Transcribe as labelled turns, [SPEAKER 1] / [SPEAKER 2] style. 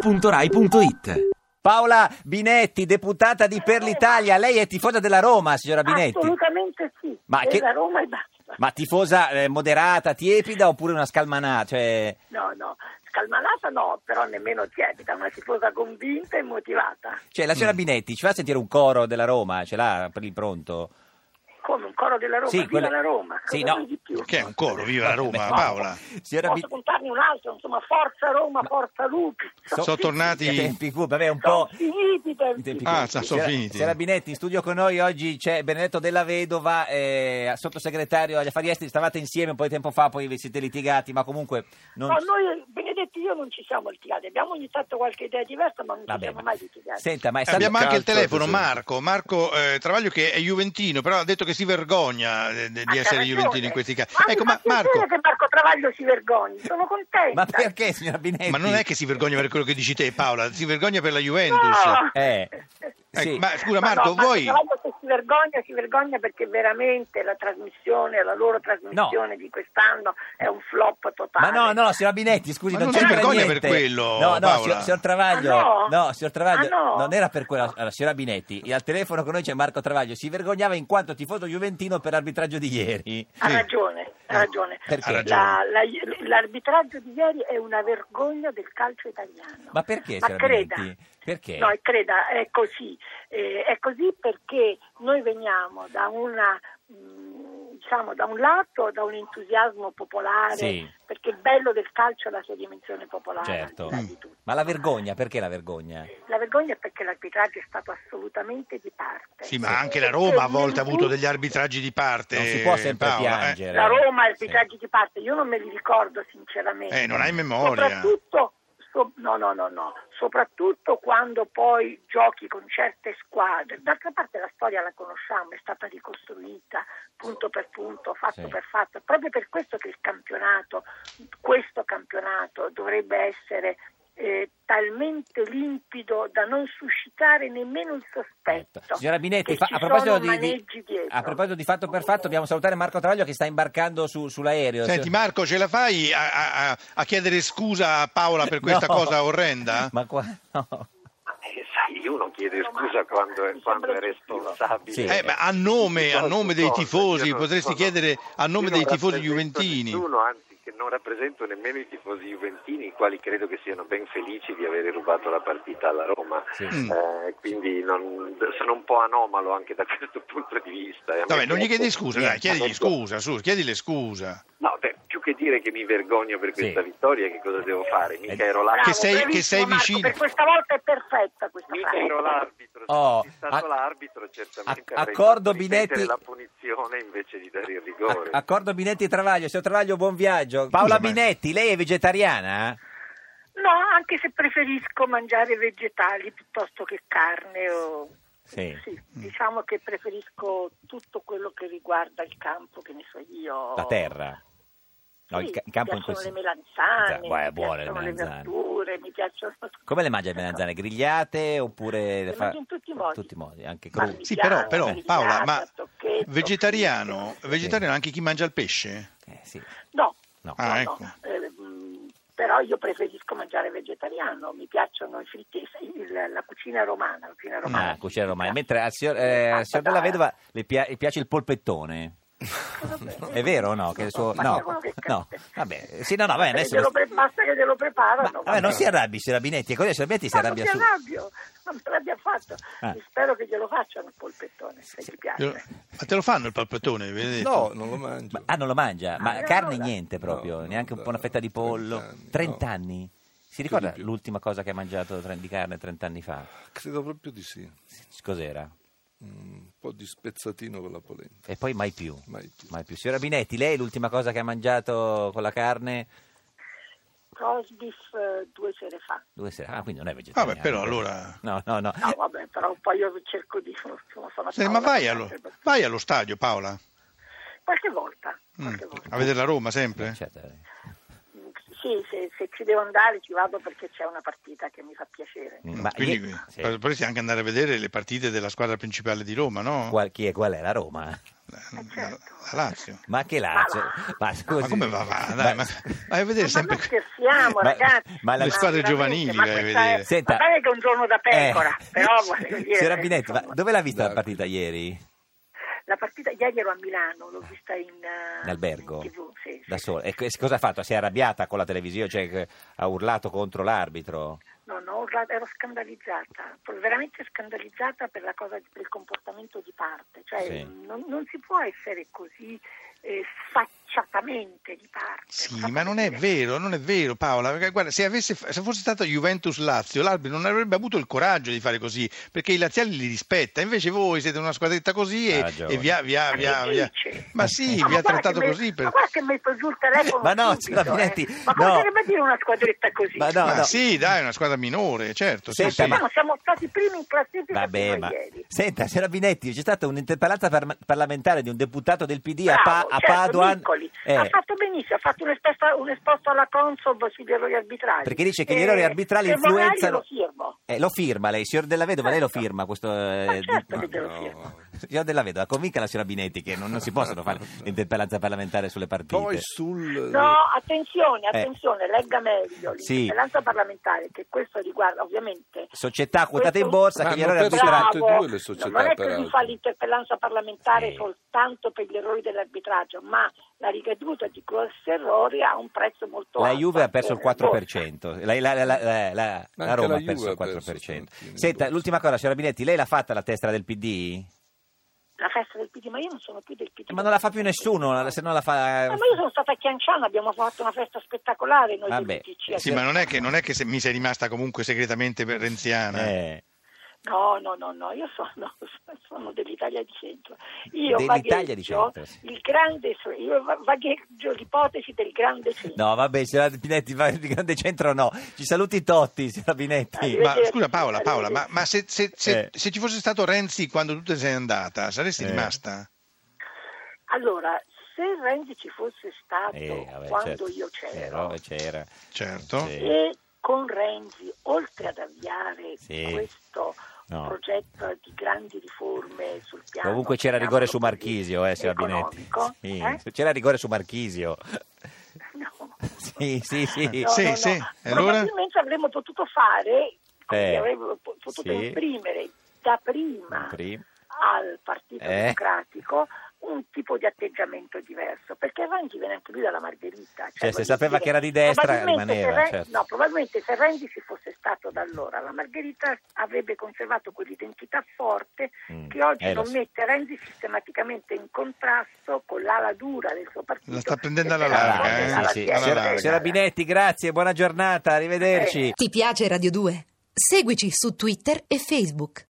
[SPEAKER 1] radio2pod.rai.it
[SPEAKER 2] Paola Binetti, deputata di Per l'Italia, lei è tifosa della Roma, signora Binetti?
[SPEAKER 3] Assolutamente sì.
[SPEAKER 2] Ma
[SPEAKER 3] E
[SPEAKER 2] che-
[SPEAKER 3] la Roma e basta.
[SPEAKER 2] Ma tifosa eh, moderata, tiepida oppure una scalmanata? Cioè...
[SPEAKER 3] No, no, scalmanata no, però nemmeno tiepida, ma tifosa convinta e motivata.
[SPEAKER 2] Cioè, la signora Binetti ci fa sentire un coro della Roma? Ce l'ha per il pronto?
[SPEAKER 3] Come un coro della Roma,
[SPEAKER 2] Sì,
[SPEAKER 3] viva
[SPEAKER 2] quello-
[SPEAKER 3] la Roma.
[SPEAKER 2] Sì,
[SPEAKER 3] cosa
[SPEAKER 2] no.
[SPEAKER 3] vuoi di più?
[SPEAKER 4] Che è un coro, viva la Roma,
[SPEAKER 2] Beh,
[SPEAKER 4] Paola.
[SPEAKER 2] Signora
[SPEAKER 3] Posso contarne un altro, insomma, forza Roma, forza Lupi.
[SPEAKER 2] So-
[SPEAKER 4] Sono
[SPEAKER 2] Binetti,
[SPEAKER 4] tornati...
[SPEAKER 2] tempi cupi, vabbè, un
[SPEAKER 3] Sono
[SPEAKER 2] po'...
[SPEAKER 3] finiti i tempi.
[SPEAKER 2] i tempi
[SPEAKER 4] Ah,
[SPEAKER 2] cupi.
[SPEAKER 4] sono
[SPEAKER 2] Signora-
[SPEAKER 4] finiti.
[SPEAKER 2] Signora Binetti, in studio con noi oggi c'è Benedetto Della Vedova, eh, sottosegretario agli affari esteri, stavate insieme un po' di tempo fa, poi vi siete litigati, ma comunque... Non...
[SPEAKER 3] No, noi, Benedetti e io, non ci siamo litigati. Abbiamo ogni tanto qualche idea diversa, ma non ci
[SPEAKER 2] Vabbè,
[SPEAKER 3] siamo
[SPEAKER 2] ma-
[SPEAKER 3] mai litigati.
[SPEAKER 2] Senta, ma è
[SPEAKER 4] Eh,
[SPEAKER 2] stato...
[SPEAKER 4] Abbiamo anche il
[SPEAKER 5] calcio,
[SPEAKER 4] telefono,
[SPEAKER 5] sì.
[SPEAKER 4] Marco. Marco eh, Travaglio che è Juventino, però ha detto che si vergogna eh, de-
[SPEAKER 3] Ma
[SPEAKER 4] di
[SPEAKER 3] c'ha
[SPEAKER 4] essere
[SPEAKER 3] ragione.
[SPEAKER 4] Juventino in questi casi.
[SPEAKER 3] Ma mi
[SPEAKER 4] Ecco,
[SPEAKER 3] fa
[SPEAKER 4] ma- Marco,
[SPEAKER 3] piacere che Marco Travaglio si vergogni, sono contenta.
[SPEAKER 2] Ma perché, signora Binetti?
[SPEAKER 4] ma non è che si vergogna per quello che dici te, Paola, si vergogna per la
[SPEAKER 3] No!
[SPEAKER 4] Juventus.
[SPEAKER 2] Eh,
[SPEAKER 4] Ecco,
[SPEAKER 2] sì.
[SPEAKER 4] Ma scusa,
[SPEAKER 3] Ah! Ma
[SPEAKER 4] Marco,
[SPEAKER 3] no,
[SPEAKER 4] voi.
[SPEAKER 3] Travaglio se si vergogna, si vergogna perché veramente la trasmissione, la loro trasmissione di quest'anno è un flop
[SPEAKER 2] Ma
[SPEAKER 3] totale.
[SPEAKER 2] no, no, signora Binetti, scusi,
[SPEAKER 4] Ma
[SPEAKER 2] non,
[SPEAKER 4] non
[SPEAKER 2] c'entra
[SPEAKER 4] si vergogna
[SPEAKER 2] niente.
[SPEAKER 4] per quello,
[SPEAKER 2] No, no,
[SPEAKER 4] Paola.
[SPEAKER 2] signor, signor Travaglio,
[SPEAKER 3] Ah, no?
[SPEAKER 2] signor Travaglio,
[SPEAKER 3] Ah, no?
[SPEAKER 2] non era per quello. Allora, signora Binetti, e al telefono con noi c'è Marco Travaglio, si vergognava in quanto tifoso juventino per l'arbitraggio di ieri.
[SPEAKER 3] Ha
[SPEAKER 4] Sì.
[SPEAKER 3] ragione, ha ragione.
[SPEAKER 2] Eh, Perché?
[SPEAKER 4] Ha ragione.
[SPEAKER 3] La- la- l'arbitraggio di ieri è una vergogna del calcio italiano.
[SPEAKER 2] Ma perché,
[SPEAKER 3] Ma
[SPEAKER 2] signora
[SPEAKER 3] creda.
[SPEAKER 2] Binetti? Perché?
[SPEAKER 3] No, e creda, è così. Eh, è così perché noi veniamo da una mh, diciamo da un lato da un entusiasmo popolare
[SPEAKER 2] Sì.
[SPEAKER 3] perché il bello del calcio è la sua dimensione popolare
[SPEAKER 2] Certo.
[SPEAKER 3] al di là
[SPEAKER 4] Mm.
[SPEAKER 3] di tutto.
[SPEAKER 2] Ma la vergogna, perché la vergogna?
[SPEAKER 3] La vergogna è perché l'arbitraggio è stato assolutamente di parte.
[SPEAKER 4] Sì, ma anche la Roma a volte ha avuto degli arbitraggi di parte.
[SPEAKER 2] Non si può sempre
[SPEAKER 4] Paola, eh.
[SPEAKER 2] piangere.
[SPEAKER 3] La Roma ha
[SPEAKER 2] Sì.
[SPEAKER 3] arbitraggi di parte, io non me li ricordo sinceramente.
[SPEAKER 4] Eh, non hai memoria.
[SPEAKER 3] Soprattutto, so- no, no, no, no. Soprattutto quando poi giochi con certe squadre. D'altra parte la storia la conosciamo, è stata ricostruita punto per punto, fatto
[SPEAKER 2] Sì.
[SPEAKER 3] per fatto. È proprio per questo che il campionato, questo campionato dovrebbe essere eh, talmente limpido da non suscitare nemmeno il sospetto.
[SPEAKER 2] Perfetto. Certo. Signora Binetti,
[SPEAKER 3] che
[SPEAKER 2] fa-
[SPEAKER 3] ci
[SPEAKER 2] a, proposito
[SPEAKER 3] sono
[SPEAKER 2] di, di-
[SPEAKER 3] maneggi dietro.
[SPEAKER 2] a proposito di fatto per fatto, dobbiamo salutare Marco Travaglio che sta imbarcando su- sull'aereo.
[SPEAKER 4] Senti,
[SPEAKER 2] Signor-
[SPEAKER 4] Marco, ce la fai a, a- a- a chiedere scusa a Paola per questa
[SPEAKER 2] No.
[SPEAKER 4] cosa orrenda?
[SPEAKER 2] Ma qua, no.
[SPEAKER 6] Eh, sai, io non chiedo scusa quando è, quando è responsabile.
[SPEAKER 2] Sì.
[SPEAKER 4] Eh, ma a nome, a nome dei tifosi, potresti chiedere a nome
[SPEAKER 6] Io
[SPEAKER 4] dei
[SPEAKER 6] non
[SPEAKER 4] tifosi
[SPEAKER 6] rappresento
[SPEAKER 4] juventini.
[SPEAKER 6] Nessuno, anzi, che non rappresento nemmeno i tifosi juventini, i quali credo che siano ben felici di aver rubato la partita alla Roma.
[SPEAKER 2] Sì.
[SPEAKER 4] Mm.
[SPEAKER 6] Eh, quindi non- sono un po' anomalo anche da questo punto di vista. E a me
[SPEAKER 4] Vabbè, non gli
[SPEAKER 6] piace-
[SPEAKER 4] chiedi scusa, dai, chiedigli scusa, su, chiedigli scusa.
[SPEAKER 6] No, beh, più che dire che mi vergogno per questa
[SPEAKER 2] Sì.
[SPEAKER 6] vittoria, che cosa devo fare? Mica
[SPEAKER 2] Eh,
[SPEAKER 6] ero là.
[SPEAKER 3] Bravo,
[SPEAKER 4] Che sei-
[SPEAKER 3] bravissimo,
[SPEAKER 4] che sei
[SPEAKER 3] Marco,
[SPEAKER 4] vicino.
[SPEAKER 3] Per questa volta è perfetta questa
[SPEAKER 6] Mica
[SPEAKER 3] frase.
[SPEAKER 6] ero l'arbitro, se
[SPEAKER 2] Oh,
[SPEAKER 6] fossi stato
[SPEAKER 2] a-
[SPEAKER 6] l'arbitro certamente
[SPEAKER 2] a-
[SPEAKER 6] avrei
[SPEAKER 2] accordo,
[SPEAKER 6] fatto ripetere
[SPEAKER 2] Binetti-
[SPEAKER 6] la punizione invece di dare il rigore.
[SPEAKER 2] Ac- Accordo Binetti e Travaglio, signor Travaglio, buon viaggio. Paola
[SPEAKER 4] ma-
[SPEAKER 2] Binetti, lei è vegetariana?
[SPEAKER 3] No, anche se preferisco mangiare vegetali piuttosto che carne o...
[SPEAKER 2] Sì. Mm.
[SPEAKER 3] diciamo che preferisco tutto quello che riguarda il campo, che ne so io.
[SPEAKER 2] La terra? No,
[SPEAKER 3] Sì,
[SPEAKER 2] il ca- il campo
[SPEAKER 3] mi
[SPEAKER 2] in
[SPEAKER 3] piacciono
[SPEAKER 2] questo-
[SPEAKER 3] le melanzane,
[SPEAKER 2] Guarda,
[SPEAKER 3] mi
[SPEAKER 2] buone le
[SPEAKER 3] piacciono le
[SPEAKER 2] melanzane.
[SPEAKER 3] verdure, mi piacciono...
[SPEAKER 2] Come le mangia le melanzane? Grigliate oppure
[SPEAKER 3] Le
[SPEAKER 2] fa-
[SPEAKER 3] mangio in tutti i modi.
[SPEAKER 2] tutti anche
[SPEAKER 3] Ah, Ma-
[SPEAKER 2] crude.
[SPEAKER 4] Sì, però, però
[SPEAKER 3] Grigliata,
[SPEAKER 4] Paola, ma
[SPEAKER 3] tocchetto,
[SPEAKER 4] vegetariano, vegetariano anche chi mangia il pesce?
[SPEAKER 2] Eh, sì.
[SPEAKER 3] No,
[SPEAKER 2] No.
[SPEAKER 4] Ah,
[SPEAKER 3] no,
[SPEAKER 4] ecco.
[SPEAKER 3] no. Eh, mh, però io preferisco mangiare vegetariano, mi piacciono i fritti, il- la cucina romana. La cucina romana
[SPEAKER 2] Ah, cucina romana.
[SPEAKER 3] Mi
[SPEAKER 2] Mentre al signor, eh, al signor della vedova le pia- le piace il polpettone. È vero o no? Che il suo...
[SPEAKER 3] Ma
[SPEAKER 2] No,
[SPEAKER 3] che quello che
[SPEAKER 2] no.
[SPEAKER 3] cazzo.
[SPEAKER 2] Vabbè, sì, no, no, vabbè,
[SPEAKER 3] Basta che
[SPEAKER 2] adesso...
[SPEAKER 3] glielo pre- basta che te lo
[SPEAKER 2] Ma-
[SPEAKER 3] preparano.
[SPEAKER 2] vabbè, non si arrabbi, signora ecco, Binetti, è così, signora Binetti si
[SPEAKER 3] Ma non
[SPEAKER 2] arrabbia
[SPEAKER 3] si
[SPEAKER 2] su.
[SPEAKER 3] arrabbio, non me l'abbia fatto.
[SPEAKER 2] Ah.
[SPEAKER 3] Spero che glielo facciano il polpettone, se ti piace.
[SPEAKER 4] Glielo- Ma te lo fanno il palpettone? vedete?
[SPEAKER 5] No, non lo mangio.
[SPEAKER 2] Ma- ah, non lo mangia? Ma
[SPEAKER 3] Ah,
[SPEAKER 2] carne
[SPEAKER 3] allora.
[SPEAKER 2] niente proprio,
[SPEAKER 5] No,
[SPEAKER 2] neanche un po' una
[SPEAKER 5] da
[SPEAKER 2] fetta di pollo.
[SPEAKER 5] 30 anni,
[SPEAKER 2] 30
[SPEAKER 5] no.
[SPEAKER 2] anni? Si
[SPEAKER 5] di
[SPEAKER 2] ricorda
[SPEAKER 5] più.
[SPEAKER 2] l'ultima cosa che ha mangiato tre- di carne 30 anni fa?
[SPEAKER 5] Credo proprio di sì.
[SPEAKER 2] Cos'era?
[SPEAKER 5] Un po' di spezzatino con la polenta.
[SPEAKER 2] E poi mai più.
[SPEAKER 5] Mai più.
[SPEAKER 2] Mai più. Signora Binetti, lei l'ultima cosa che ha mangiato con la carne?
[SPEAKER 3] Crosbiff eh, due sere fa.
[SPEAKER 2] Due sera. Ah, quindi non è vegetariano.
[SPEAKER 4] Vabbè, però allora...
[SPEAKER 2] No, no, no.
[SPEAKER 3] No, vabbè, però poi io cerco di... Sono, sono a
[SPEAKER 4] Senti,
[SPEAKER 3] tavola
[SPEAKER 4] ma vai allo,
[SPEAKER 3] con tante persone.
[SPEAKER 4] vai allo stadio, Paola,
[SPEAKER 3] Qualche volta,
[SPEAKER 4] Mm.
[SPEAKER 3] qualche volta.
[SPEAKER 4] eh.
[SPEAKER 2] Cioè,
[SPEAKER 4] a vedere la Roma sempre?
[SPEAKER 2] Certo.
[SPEAKER 3] Mm, sì, se, se ci devo andare ci vado perché c'è una partita che mi fa piacere.
[SPEAKER 4] Mm,
[SPEAKER 2] Ma
[SPEAKER 4] Quindi
[SPEAKER 2] io- sì.
[SPEAKER 4] eh, potresti anche andare a vedere le partite della squadra principale di Roma, no?
[SPEAKER 2] Qual, chi è, qual è la Roma?
[SPEAKER 4] La-
[SPEAKER 3] certo.
[SPEAKER 4] la Lazio.
[SPEAKER 2] Ma che Lazio?
[SPEAKER 3] va.
[SPEAKER 2] Ma, scusi.
[SPEAKER 4] Ma come va? va? Dai, ma, vai a vedere
[SPEAKER 3] Ma
[SPEAKER 4] sempre
[SPEAKER 3] non scherziamo,
[SPEAKER 2] Ma-
[SPEAKER 3] ragazzi.
[SPEAKER 2] ma la-
[SPEAKER 4] Le squadre
[SPEAKER 3] veramente,
[SPEAKER 4] giovanili,
[SPEAKER 3] ma
[SPEAKER 4] vai a
[SPEAKER 3] questa è-
[SPEAKER 4] eh, vedere.
[SPEAKER 2] Senta-
[SPEAKER 3] Va bene che è un giorno da pecora,
[SPEAKER 2] Eh.
[SPEAKER 3] però voglio dire,
[SPEAKER 2] Signora Binetti, ma
[SPEAKER 3] insomma,
[SPEAKER 2] dove l'ha vista la
[SPEAKER 5] Dai.
[SPEAKER 2] partita ieri?
[SPEAKER 3] La partita ieri ero a Milano, l'ho vista in, eh,
[SPEAKER 2] In albergo?
[SPEAKER 3] in TV, sì,
[SPEAKER 2] Da
[SPEAKER 3] sì.
[SPEAKER 2] sola. E che- cosa ha fatto? Si è arrabbiata con la televisione? Cioè, che ha urlato contro l'arbitro?
[SPEAKER 3] No, no, urla- ero scandalizzata, veramente scandalizzata per, la cosa, per il comportamento di parte, cioè
[SPEAKER 2] Sì.
[SPEAKER 3] non, non si può essere così eh, sfacciatamente di parte.
[SPEAKER 4] Sì,
[SPEAKER 3] Proprio
[SPEAKER 4] ma non è
[SPEAKER 3] dire-
[SPEAKER 4] vero, non è vero Paola, perché guarda, se, avesse, se fosse stata Juventus-Lazio, l'arbitro non avrebbe avuto il coraggio di fare così, perché i laziali li rispetta, invece voi siete una squadretta così
[SPEAKER 2] Ha
[SPEAKER 4] e,
[SPEAKER 2] ragione.
[SPEAKER 4] e via, via,
[SPEAKER 3] Ma
[SPEAKER 4] via,
[SPEAKER 3] che
[SPEAKER 4] via.
[SPEAKER 3] dice?
[SPEAKER 4] Ma sì,
[SPEAKER 3] No,
[SPEAKER 4] vi
[SPEAKER 3] ma
[SPEAKER 4] ha
[SPEAKER 3] guarda
[SPEAKER 4] trattato
[SPEAKER 3] che me-
[SPEAKER 4] così. per-
[SPEAKER 3] Ma guarda che mi messo giù il telefono
[SPEAKER 2] Ma no,
[SPEAKER 3] subito,
[SPEAKER 2] signora Binetti,
[SPEAKER 3] eh. Ma
[SPEAKER 2] no.
[SPEAKER 3] cosa deve dire una squadretta così?
[SPEAKER 2] Ma no, eh,
[SPEAKER 4] Ma
[SPEAKER 2] no.
[SPEAKER 4] sì, dai, è una squadra minore, certo. sì,
[SPEAKER 2] Senta,
[SPEAKER 4] sì.
[SPEAKER 2] ma-
[SPEAKER 3] No, siamo stati i primi in classifica
[SPEAKER 2] Vabbè,
[SPEAKER 3] fino a
[SPEAKER 2] ma
[SPEAKER 3] ieri.
[SPEAKER 2] senta, signora Binetti, c'è stata un'interpellanza par- parlamentare di un deputato del PD a, Pa-
[SPEAKER 3] Bravo,
[SPEAKER 2] a
[SPEAKER 3] certo,
[SPEAKER 2] Padoan.
[SPEAKER 3] Miccoli.
[SPEAKER 2] Eh,
[SPEAKER 3] Ha fatto benissimo, ha fatto un esposto, un esposto alla Consob sugli errori arbitrali.
[SPEAKER 2] perché dice che
[SPEAKER 3] Eh,
[SPEAKER 2] gli errori arbitrali
[SPEAKER 3] se vorrai
[SPEAKER 2] influenzano.
[SPEAKER 3] Lo firmo.
[SPEAKER 2] Eh, lo firma lei, signor Della Vedova, lei lo
[SPEAKER 3] Certo.
[SPEAKER 2] firma questo.
[SPEAKER 3] Ma
[SPEAKER 2] eh,
[SPEAKER 3] certo
[SPEAKER 2] no.
[SPEAKER 3] che te lo
[SPEAKER 5] no.
[SPEAKER 3] firmo.
[SPEAKER 2] Signor Della Vedova, convinca la signora Binetti che non, non si possono fare l'interpellanza parlamentare sulle partite.
[SPEAKER 5] Poi sul...
[SPEAKER 3] No, attenzione,
[SPEAKER 2] Eh.
[SPEAKER 3] attenzione, legga meglio
[SPEAKER 2] Sì.
[SPEAKER 3] l'interpellanza parlamentare che questo riguarda ovviamente
[SPEAKER 2] Società quotate in
[SPEAKER 3] Questo-
[SPEAKER 2] borsa
[SPEAKER 5] Ma
[SPEAKER 2] che gli
[SPEAKER 5] hanno
[SPEAKER 2] errori
[SPEAKER 5] perso
[SPEAKER 2] arbitrali.
[SPEAKER 5] Ah, tutte e due le società,
[SPEAKER 3] non è che si
[SPEAKER 5] peraltro.
[SPEAKER 3] fa l'interpellanza parlamentare
[SPEAKER 2] Sì.
[SPEAKER 3] soltanto per gli errori dell'arbitraggio, ma la ricaduta di questi errori ha un prezzo molto
[SPEAKER 2] La
[SPEAKER 3] alto. Eh, boh,
[SPEAKER 2] Juve ha perso il
[SPEAKER 3] Forse.
[SPEAKER 2] 4%, la, la- la- la- la-
[SPEAKER 5] Ma
[SPEAKER 2] la Roma
[SPEAKER 5] anche la
[SPEAKER 2] ha perso
[SPEAKER 5] Juve
[SPEAKER 2] il
[SPEAKER 5] ha perso
[SPEAKER 2] 4%.
[SPEAKER 5] stamattina in
[SPEAKER 2] Senta,
[SPEAKER 5] borsa.
[SPEAKER 2] l'ultima cosa, signora Binetti, lei l'ha fatta la tessera del PD?
[SPEAKER 3] La festa del PD, ma io non sono più del PD.
[SPEAKER 2] Ma non la fa più nessuno, se eh. non la fa...
[SPEAKER 3] Ah, ma io sono stata a Chianciano, abbiamo fatto una festa spettacolare noi
[SPEAKER 2] Vabbè,
[SPEAKER 3] del PTC.
[SPEAKER 4] Eh Sì, ma non è che, non è che se- mi sei rimasta comunque segretamente per- renziana.
[SPEAKER 2] Eh,
[SPEAKER 3] No, no, no, no, io sono, sono dell'Italia di centro. Io
[SPEAKER 2] Dell'Italia
[SPEAKER 3] vagheggio
[SPEAKER 2] di centro, sì.
[SPEAKER 3] il grande, so- io va- vagheggio l'ipotesi del grande centro.
[SPEAKER 2] No, vabbè, signora Binetti, va di grande centro no. Ci saluti Totti, signora Binetti.
[SPEAKER 3] Arrivederci.
[SPEAKER 4] Ma scusa Paola, Paola, ma, ma se, se- se-
[SPEAKER 2] Eh.
[SPEAKER 4] se ci fosse stato Renzi quando tu te ne sei andata, saresti
[SPEAKER 2] Eh.
[SPEAKER 4] rimasta?
[SPEAKER 3] Allora, se Renzi ci fosse stato
[SPEAKER 2] Eh, vabbè,
[SPEAKER 3] quando
[SPEAKER 2] certo.
[SPEAKER 3] esatto, io
[SPEAKER 2] Eh,
[SPEAKER 3] c'ero,
[SPEAKER 2] no, c'era.
[SPEAKER 4] Certo.
[SPEAKER 2] Sì.
[SPEAKER 3] e con Renzi, oltre ad avviare
[SPEAKER 2] Sì.
[SPEAKER 3] questo
[SPEAKER 2] No.
[SPEAKER 3] progetto di grandi riforme sul piano...
[SPEAKER 2] Comunque c'era
[SPEAKER 3] diciamo
[SPEAKER 2] rigore su
[SPEAKER 3] così,
[SPEAKER 2] Marchisio, eh, signora Binetti.
[SPEAKER 3] economico,
[SPEAKER 2] Sì,
[SPEAKER 3] eh?
[SPEAKER 2] C'era rigore su Marchisio.
[SPEAKER 3] No.
[SPEAKER 2] Sì, sì, sì.
[SPEAKER 3] No,
[SPEAKER 4] Sì,
[SPEAKER 3] no, no.
[SPEAKER 4] sì, e allora?
[SPEAKER 3] Probabilmente avremmo potuto fare, quindi
[SPEAKER 2] Eh,
[SPEAKER 3] avremmo po- potuto
[SPEAKER 2] sì.
[SPEAKER 3] imprimere da prima
[SPEAKER 2] Prim-
[SPEAKER 3] al Partito
[SPEAKER 2] Eh.
[SPEAKER 3] Democratico un tipo di atteggiamento diverso, perché Renzi viene anche lui dalla Margherita.
[SPEAKER 2] Cioè, se
[SPEAKER 3] voglio
[SPEAKER 2] sapeva che era di destra,
[SPEAKER 3] probabilmente se
[SPEAKER 2] rimaneva,
[SPEAKER 3] Re-
[SPEAKER 2] certo.
[SPEAKER 3] no, probabilmente se Renzi ci fosse stato da allora, la Margherita avrebbe conservato quell'identità forte
[SPEAKER 2] Mm.
[SPEAKER 3] che oggi
[SPEAKER 2] Eh, lo
[SPEAKER 3] non
[SPEAKER 2] so.
[SPEAKER 3] mette Renzi sistematicamente in contrasto con l'ala dura del suo partito.
[SPEAKER 4] La sta prendendo
[SPEAKER 3] che
[SPEAKER 4] alla
[SPEAKER 3] peraltro
[SPEAKER 4] larga,
[SPEAKER 3] è
[SPEAKER 4] eh?
[SPEAKER 3] alla
[SPEAKER 2] Sì, sì.
[SPEAKER 3] destra.
[SPEAKER 4] Alla
[SPEAKER 2] Signora-
[SPEAKER 4] larga.
[SPEAKER 2] Signora Binetti, grazie, buona giornata, arrivederci.
[SPEAKER 1] Ti piace Radio 2? Seguici su Twitter e Facebook.